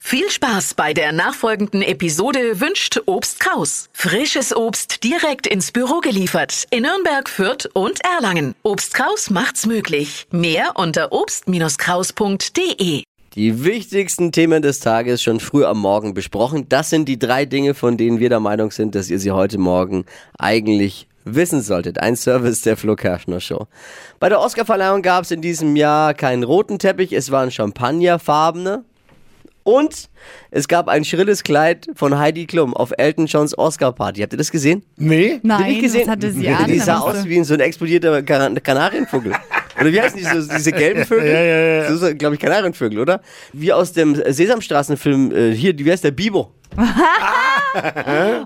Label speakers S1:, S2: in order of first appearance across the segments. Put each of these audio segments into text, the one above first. S1: Viel Spaß bei der nachfolgenden Episode wünscht Obst Kraus. Frisches Obst direkt ins Büro geliefert in Nürnberg, Fürth und Erlangen. Obst Kraus macht's möglich. Mehr unter obst-kraus.de.
S2: Die wichtigsten Themen des Tages schon früh am Morgen besprochen. Das sind die drei Dinge, von denen wir der Meinung sind, dass ihr sie heute Morgen eigentlich wissen solltet. Ein Service der Flo Kerschner Show. Bei der Oscarverleihung gab es in diesem Jahr keinen roten Teppich, es waren Champagnerfarbene. Und es gab ein schrilles Kleid von Heidi Klum auf Elton Johns Oscar-Party. Habt ihr das gesehen?
S3: Nee?
S2: Bin ich
S4: Nein,
S2: gesehen?
S4: das hatte sie an.
S2: Die
S4: da
S2: sah
S4: musst
S2: aus
S4: du-
S2: wie so ein explodierter Kan Kanarienvogel. Oder wie heißen die, so, diese gelben Vögel?
S3: Ja, ja, ja.
S2: So, so, glaube ich, Kanarienvögel, oder? Wie aus dem Sesamstraßenfilm, äh, hier, wie heißt der, Bibo.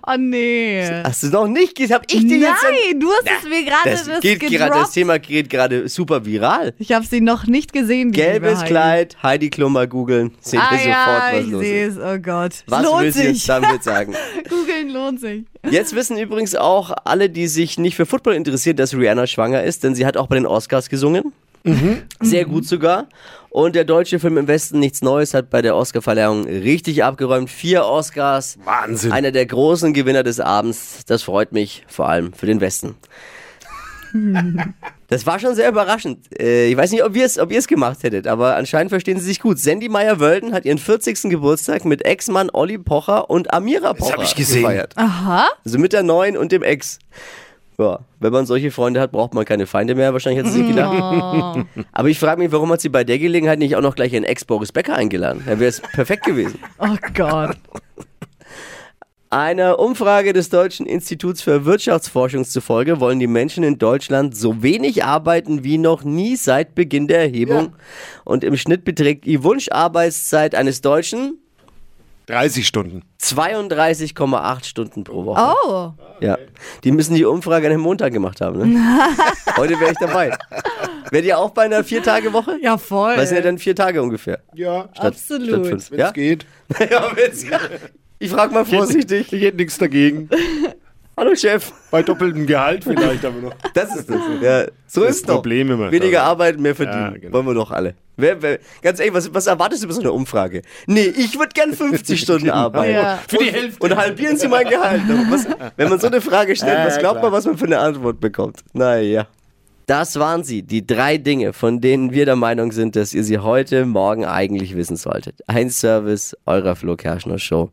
S4: Oh nee.
S2: Hast du noch nicht gesehen? Hab ich die jetzt...
S4: Nein, du hast es mir gerade
S2: Das,
S4: das
S2: geht gerade, das
S4: gedroppt.
S2: Thema geht gerade super viral.
S4: Ich habe sie noch nicht gesehen. die liebe
S2: Gelbes
S4: Heidi.
S2: Kleid, Heidi Klum mal googeln, sehen
S4: Ah
S2: wir
S4: ja,
S2: sofort, was
S4: ich
S2: los
S4: sehe
S2: ist.
S4: es. Oh Gott.
S2: Was
S4: lohnt
S2: willst du jetzt
S4: sich.
S2: damit sagen?
S4: Googeln lohnt sich.
S2: Jetzt wissen übrigens auch alle, die sich nicht für Football interessieren, dass Rihanna schwanger ist, denn sie hat auch bei den Oscars gesungen.
S3: Mhm.
S2: Sehr gut sogar. Und der deutsche Film im Westen Nichts Neues hat bei der Oscarverleihung richtig abgeräumt. Vier Oscars.
S3: Wahnsinn.
S2: Einer der großen Gewinner des Abends. Das freut mich, vor allem für den Westen. Das war schon sehr überraschend. Äh, Ich weiß nicht, ob ihr es ob ihr's gemacht hättet, aber anscheinend verstehen sie sich gut. Sandy Meyer-Wölden hat ihren 40. Geburtstag mit Ex-Mann Olli Pocher und Amira Pocher
S3: hab ich gesehen.
S2: gefeiert.
S4: Aha.
S2: Also mit der neuen und dem Ex. Ja, wenn man solche Freunde hat, braucht man keine Feinde mehr. Wahrscheinlich hat sie sich gedacht. Aber ich frage mich, warum hat sie bei der Gelegenheit nicht auch noch gleich ihren Ex Boris Becker eingeladen? Dann wäre es perfekt gewesen.
S4: Oh Gott.
S2: Einer Umfrage des Deutschen Instituts für Wirtschaftsforschung zufolge wollen die Menschen in Deutschland so wenig arbeiten wie noch nie seit Beginn der Erhebung. Und im Schnitt beträgt die Wunscharbeitszeit eines Deutschen
S3: 30 Stunden.
S2: 32,8 Stunden pro Woche.
S4: Oh.
S2: Ja. Die müssen die Umfrage an einem Montag gemacht haben. Ne? Heute wäre ich dabei. Wärt ihr auch bei einer Vier-Tage-Woche?
S4: Ja, voll.
S2: Was sind ja dann vier Tage ungefähr?
S3: Ja,
S2: Statt
S4: Absolut.
S2: fünf.
S3: wenn es
S2: Ja?
S3: geht.
S2: ja, wenn's Ich frage mal vorsichtig.
S3: Ich hätte nichts dagegen.
S2: Hallo Chef.
S3: Bei doppeltem Gehalt vielleicht aber noch.
S2: Das ist das. Ja, so
S3: Das
S2: ist doch.
S3: Problem immer.
S2: Weniger Arbeit, mehr verdienen.
S3: Ja, genau.
S2: Wollen wir doch alle. Wer, wer, ganz ehrlich, was, was erwartest du bei so einer Umfrage? Nee, ich würde gern 50 Stunden arbeiten.
S4: Ja.
S3: Genau. Für die Hälfte.
S2: Und halbieren Sie mein Gehalt. Aber Was, wenn man so eine Frage stellt,
S3: Ja,
S2: was
S3: ja,
S2: glaubt
S3: klar.
S2: man, was man für eine Antwort bekommt? Naja. Das waren sie, die drei Dinge, von denen wir der Meinung sind, dass ihr sie heute Morgen eigentlich wissen solltet. Ein Service eurer Flo Kerschner Show.